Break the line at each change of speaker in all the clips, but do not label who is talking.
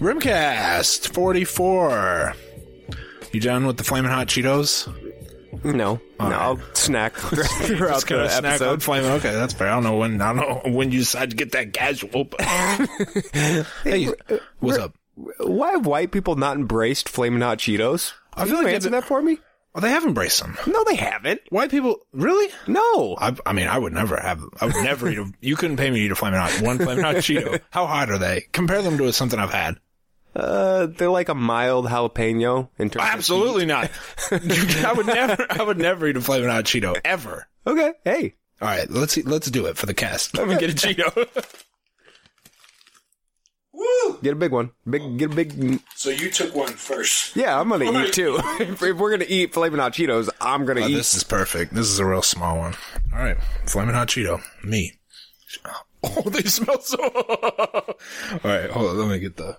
Rimcast 44. You done with the Flamin' Hot Cheetos?
No, no,
right.
I'll snack throughout
Just gonna
the
snack on
episode.
Flamin'. Okay, that's fair. I don't know when. I don't know when you decide to get that casual. But hey, what's up?
Why have white people not embraced Flamin' Hot Cheetos?
I
Can
feel
you
like it-
answer that for me.
Well, they have embraced them.
No, they haven't.
White people, really?
No,
I, I mean, I would never have. I would never eat. A, you couldn't pay me to eat a Flamin' Hot. One Flamin' Hot Cheeto. How hot are they? Compare them to something I've had.
uh, they're like a mild jalapeno in terms.
Absolutely not. I would never. I would never eat a Flamin' Hot Cheeto ever.
Of, okay, hey,
All right, let's let's do it for the cast. Let me get a Cheeto.
Woo!
get a big one. Big, get a big.
So you took one first.
Yeah, I'm gonna
Alright.
eat too. if, if we're gonna eat Flamin' Hot Cheetos, I'm gonna
Oh,
eat.
this is perfect. This is a real small one. All right, Flamin' Hot Cheeto. Me. Oh, they smell so. All right, hold on. Let me get the.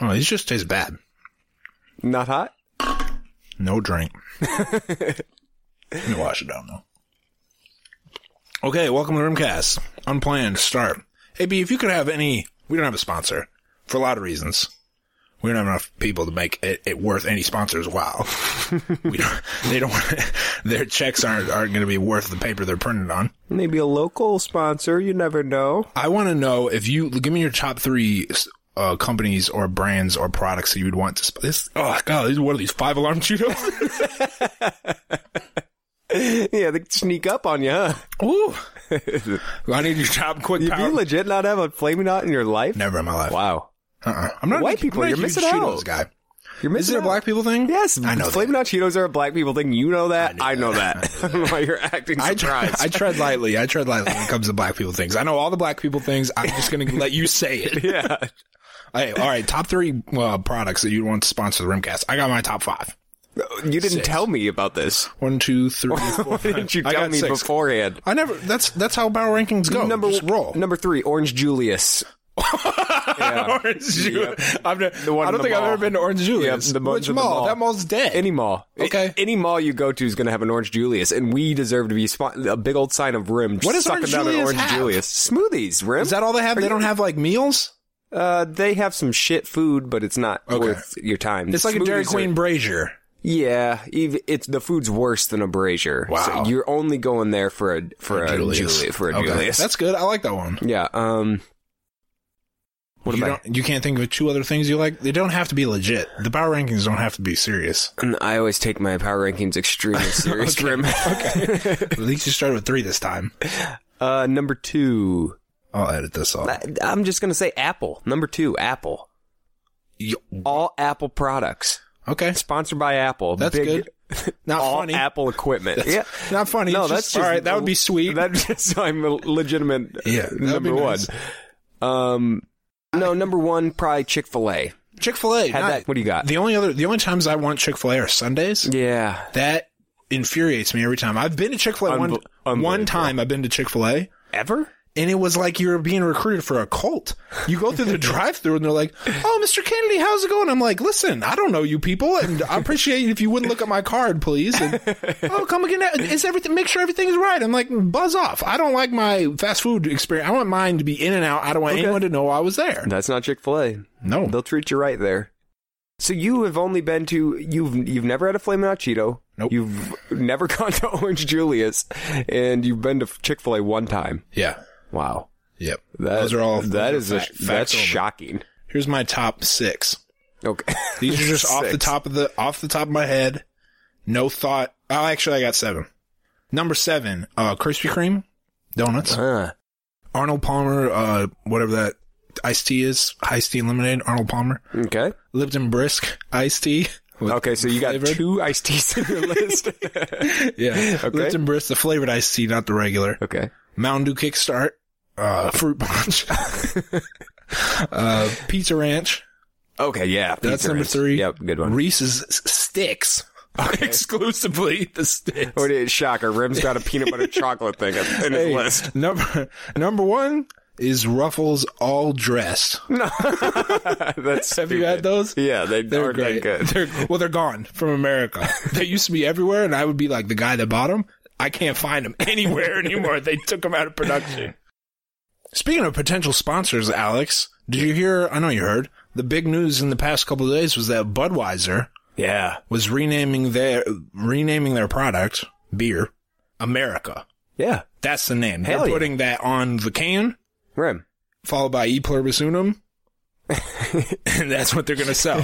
Oh, these just taste bad.
Not hot.
No drink. Let me wash it down though. Okay, welcome to Rimcast. Unplanned start. Hey B, if you could have any, we don't have a sponsor for a lot of reasons. We don't have enough people to make it, it worth any sponsors. Wow, we don't, they don't. Their checks aren't aren't going to be worth the paper they're printed on.
Maybe a local sponsor. You never know.
I want to know if you give me your top three uh, companies or brands or products that you would want to. Sp- this oh god, these what are these five alarm Cheetos?
yeah, they sneak up on you. Huh?
Ooh. I need your top quick
You,
power.
you legit not have a Flamin' Hot in your life?
Never in my life.
Wow,
Uh-uh. I'm not a
White
big-
people,
I'm not a
you're
huge
missing
Cheetos
out.
guy.
you're missing
Is it a
out.
black people thing?
Yes,
I know.
Flamin'
that.
Hot Cheetos are a black people thing. You know that. I, know that. I don't know why you're acting
I tread,
surprised.
I tread lightly. I tread lightly when it comes to black people things. I know all the black people things. I'm just going to let you say it.
yeah.
Hey, all right. Top three uh, products that you'd want to sponsor the Rimcast. I got my top five.
You didn't tell me about this.
One, two, three, four.
Why didn't you
I
tell
got
me
six. Oh,
beforehand?
I never. That's that's how power rankings go.
number
Just roll.
number three, Orange Julius. Yeah.
Orange Julius. I've ne-
one
I
in
don't
the
think I've
mall.
ever been to Orange Julius.
the ones
Which
in the
mall?
mall.
That mall's dead.
Any mall, I-
Okay.
any mall you go to is going to have an Orange Julius, and we deserve to be spon- a big old sign of Rim.
What does Orange
sucking down an
Julius
Orange
have?
Julius smoothies? Rim.
Is that all they have? They don't have like meals.
uh, they have some shit food, but it's not worth your time.
It's like a Dairy
Smoothies are-
Queen brazier.
Yeah, ev it's the food's worse than a brazier.
Wow.
So you're only going there for a for a Julius, for a
Okay.
Julius.
That's good. I like that one.
yeah. Um. What
you,
about?
don't, you can't think of two other things you like. They don't have to be legit. The power rankings don't have to be serious.
I always take my power rankings extremely serious. Grim.
At least you started with three this time.
Uh, number two.
I'll edit this off.
I, I'm just gonna say Apple. Number two, Apple.
You-
All Apple products
okay,
sponsored by Apple.
that's
Big-
good. Not
all
funny.
Apple equipment. yeah.
Not funny.
No,
It's
that's
just-
just
all right. That would be sweet.
That's just I'm a legitimate. uh,
Yeah, that would be
number one.
nice.
Um, no, number one probably Chick Fil A.
Chick Fil A.
Had that. What do you got?
The only other, the only times I want Chick Fil A are Sundays.
yeah,
That infuriates me every time. I've been to Chick Fil A
Unbe-
one one
unbelievable.
time. I've been to Chick Fil A.
ever?
and it was like you were being recruited for a cult. You go through the drive-through and they're like, "Oh, Mr. Kennedy, how's it going?" I'm like, "Listen, I don't know you people, and I appreciate it if you wouldn't look at my card, please." And, oh, come again. Is everything? Make sure everything's right. I'm like, "Buzz off! I don't like my fast food experience. I want mine to be in and out. I don't want anyone to know I was there."
That's not Chick Fil A.
No,
They'll treat you right there. So you have only been to you've you've never had a Flamin' Hot Cheeto.
Nope.
You've never gone to Orange Julius, and you've been to Chick Fil A one time.
yeah,
Wow,
yep.
that,
Those are all.
that
those
is
are
a,
fact-
that's
facts only.
shocking.
Here's my top six.
Okay,
These are just off the
Six.
top of the off the top of my head. No thought. Oh, actually, I got seven. Number seven, uh, Krispy Kreme donuts.
Huh.
Arnold Palmer, uh, whatever that iced tea is, iced tea and lemonade. Arnold Palmer,
Okay.
Lipton Brisk iced tea. with
Okay, so you got
flavored-
two iced teas on your list.
yeah.
Okay.
Lipton Brisk, the flavored iced tea, not the regular.
okay.
Mountain Dew Kickstart, uh, fruit punch, uh, Pizza Ranch.
Okay, yeah.
That's
pizza
number
ranch.
three.
Yep, good one.
Reese's s- sticks. Exclusively the sticks.
What Oh, is shocker? Rim's got a peanut butter chocolate thing in his list.
Number number one is Ruffles all dressed.
That's
Have you had those?
Yeah, they
They're
are
great.
good.
They're, well, they're gone from America. they used to be everywhere, and I would be like the guy that bought them. I can't find them anywhere anymore. they took them out of production. Speaking of potential sponsors, Alex, did you hear? I know you heard. The big news in the past couple of days was that Budweiser
Yeah.
was renaming their renaming their product beer America.
Yeah.
That's the name.
Hell
They're
yeah.
putting that on the can,
Rim.
followed by E pluribus unum, and that's what they're gonna sell.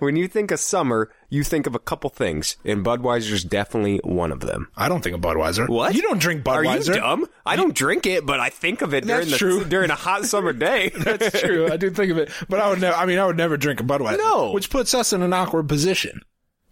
when you think of summer, you think of a couple things, and Budweiser's definitely one of them.
I don't think of Budweiser.
What?
You don't drink
Are
Budweiser?
you dumb? I don't drink it, but I think of it during
That's
the
true.
during a hot summer day.
That's true. I do think of it, but I would never. I mean, I would never drink a Budweiser.
No.
which puts us in an awkward position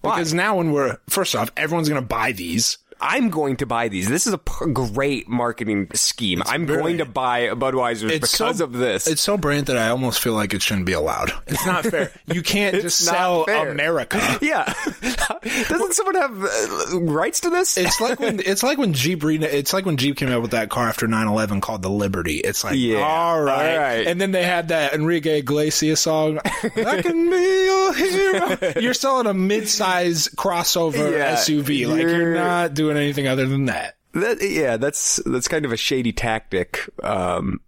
Why?
because now when we're first off, everyone's gonna buy these.
I'm going to buy these. This is a p- great marketing scheme. I'm going to buy a Budweiser because
so,
of this.
It's so brand that I almost feel like it shouldn't be allowed. It's not fair. You can't just
not
sell
fair.
America.
yeah. Doesn't someone have uh, rights to this?
It's like when it's like when Jeep re- it's like when Jeep came out with that car after 9/11 called the Liberty. It's like
Yeah,
all, right.
all right.
and then they had that Enrique Iglesias song. I can be your hero. You're selling a mid-size crossover
Yeah,
SUV. Like you're,
you're-
not doing anything other than that.
That, yeah, that's that's kind of a shady tactic. Um,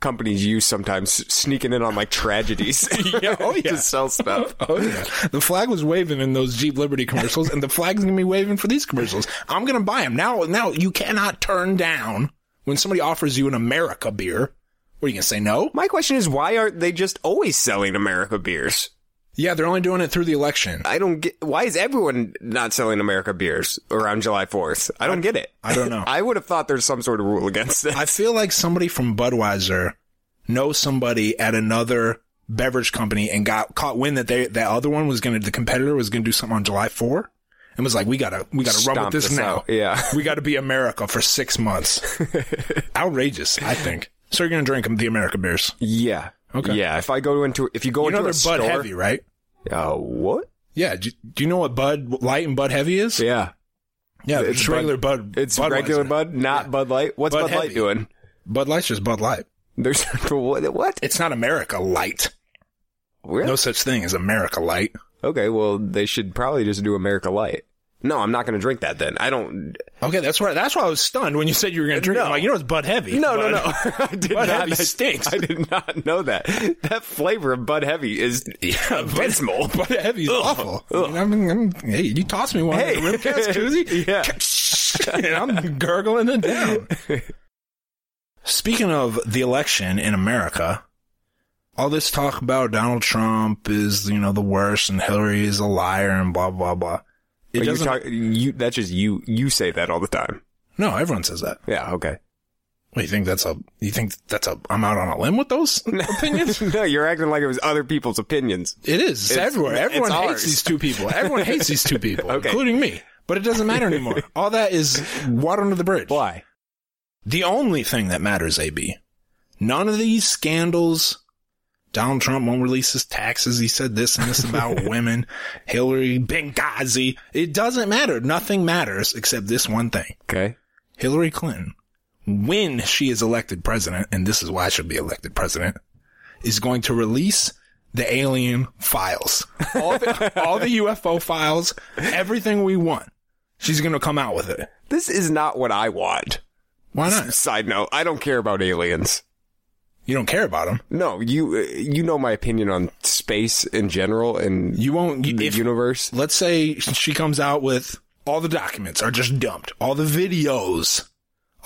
companies use sometimes sneaking in on like tragedies
Yeah, oh, yeah.
to sell stuff.
Oh yeah, the flag was waving in those Jeep Liberty commercials, and the flag's gonna be waving for these commercials. I'm gonna buy them now. Now you cannot turn down when somebody offers you an America beer. What are you gonna say? No.
My question is, why aren't they just always selling America beers?
Yeah, they're only doing it through the election.
I don't get why is everyone not selling America beers around July Fourth. I don't get it.
I don't know.
I would have thought there's some sort of rule against that.
I feel like somebody from Budweiser knows somebody at another beverage company and got caught wind that they that other one was gonna the competitor was gonna do something on July 4 and was like, we gotta we gotta run with
Stomp
this,
this
now.
out. Yeah.
we gotta be America for six months. Outrageous, I think. So you're gonna drink 'em, the America beers.
Yeah.
Okay.
Yeah. If I go into if you go
You
into
know they're
a
Bud
store,
Heavy, right?
Uh, what?
Yeah. Do, do you know what Bud Light and Bud Heavy is?
Yeah.
Yeah,
It's
it's regular Bud.
It's
Budweiser.
regular Bud, not Bud Light. What's
Bud
Bud, Light
Heavy.
doing?
Bud Light's just Bud Light.
There's what? What?
It's not America Light.
Really?
No such thing as America Light.
Okay, well, they should probably just do America Light. No, I'm not going to drink that then. I don't.
Okay, that's why. That's why I was stunned when you said you were going to drink. it. I'm
No.
like, you know, it's Bud Heavy.
No,
Bud-
no, no. I did
Bud
not.
Heavy stinks.
I did not know that. That flavor of Bud Heavy is abysmal.
Bud Heavy's awful. I mean, I'm, I'm, hey, you toss me one
Hey.
in the Rimcast koozie,
Yeah.
and I'm gurgling it down. Speaking of the election in America, all this talk about Donald Trump is you know the worst, and Hillary is a liar, and blah blah blah. It
But you
doesn't.
talk, you, that's just you. You say that all the time.
no, everyone says that.
Yeah. Okay.
What, you think that's a? You think that's a? I'm out on a limb with those opinions.
no, you're acting like it was other people's opinions.
It is. It's
It's-
everywhere.
it's
Everyone hates
ours.
these two people. Everyone hates these two people,
Okay.
including me. But it doesn't matter anymore. All that is water under the bridge.
Why?
The only thing that matters, AB, none of these scandals. Donald Trump won't release his taxes. He said this and this about women. Hillary, Benghazi. It doesn't matter. Nothing matters except this one thing.
Okay.
Hillary Clinton, when she is elected president, and this is why she'll be elected president, is going to release the alien files. All the, all the UFO files, everything we want. She's going to come out with it.
This is not what I want.
Why not?
Side note: I don't care about aliens.
You don't care about them.
No, you uh, you know my opinion on space in general and
You won't.
the
If,
universe.
let's say she comes out with all the documents are just dumped, all the videos,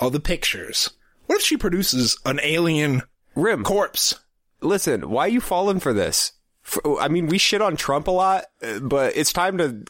all the pictures. What if she produces an alien
Rim,
corpse?
listen, why are you falling for this? F I I mean, we shit on Trump a lot, uh, but it's time to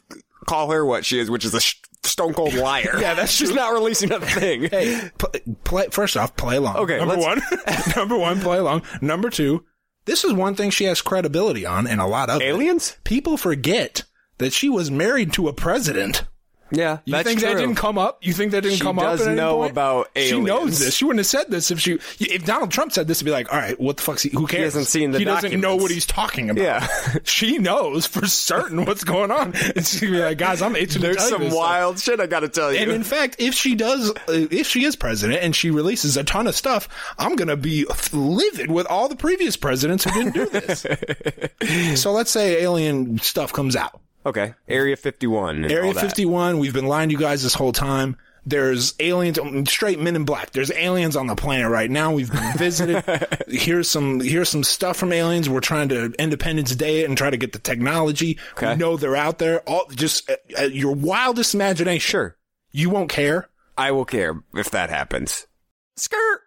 call her what she is, which is a sh- stone cold liar.
Yeah, that's
she's not releasing a thing.
Hey, pl- play, first off, play along.
Okay,
number one,
let's-
number one, play along. Number two, this is one thing she has credibility on, and a lot of it.
Aliens?
People forget that she was married to a president.
Yeah,
You
that's
think
true.
that didn't come up? You think that didn't
She
come up?
does
at any
know
point?
about
She knows
aliens.
this. She wouldn't have said this if she. If Donald Trump said this, would be like, all right, what the fuck's he? Who cares?
hasn't seen the
He doesn't know
documents.
what he's talking about.
Yeah.
she knows for certain what's going on, and she'd be like, guys, I'm itching to
There's
tell you
some
this stuff.
wild shit I gotta tell you.
And in fact, if she does, uh, if she is president and she releases a ton of stuff, I'm going to be livid with all the previous presidents who didn't do this. so let's say alien stuff comes out.
okay, Area 51. and
Area
all that.
51, we've been lying to you guys this whole time. There's aliens, um, straight men in black. There's aliens on the planet right now. We've been visited. here's some here's some stuff from aliens. We're trying to Independence Day it and try to get the technology.
Okay.
We know they're out there. All just uh, uh, your wildest imagination.
Sure.
You won't care.
I will care if that happens.
Skirt!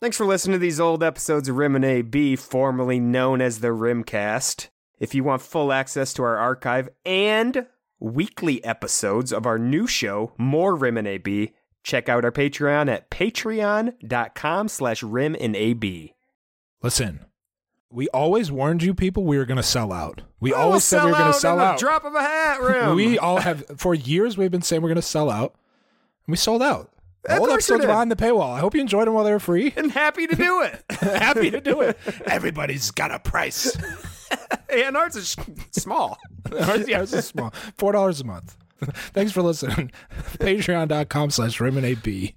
Thanks for listening to these old episodes of Rim and AB, formerly known as the Rimcast. If you want full access to our archive and weekly episodes of our new show, More Rim and AB, check out our Patreon at patreon.com slash rim and AB.
Listen, we always warned you people we were going to sell out. We
I will
always said we were going to sell
in the
out.
drop of a hat, Rim.
we all have for years we've been saying we're going to sell out, and we sold out.
Of
The whole
course you
episode's
did.
behind the paywall. I hope you enjoyed them while they were free.
and happy to do it.
Happy to do it. Everybody's got a price.
and ours is small.
Ours- yeah, ours is small. Four dollars a month. Thanks for listening. Patreon.com slash Raymond AB.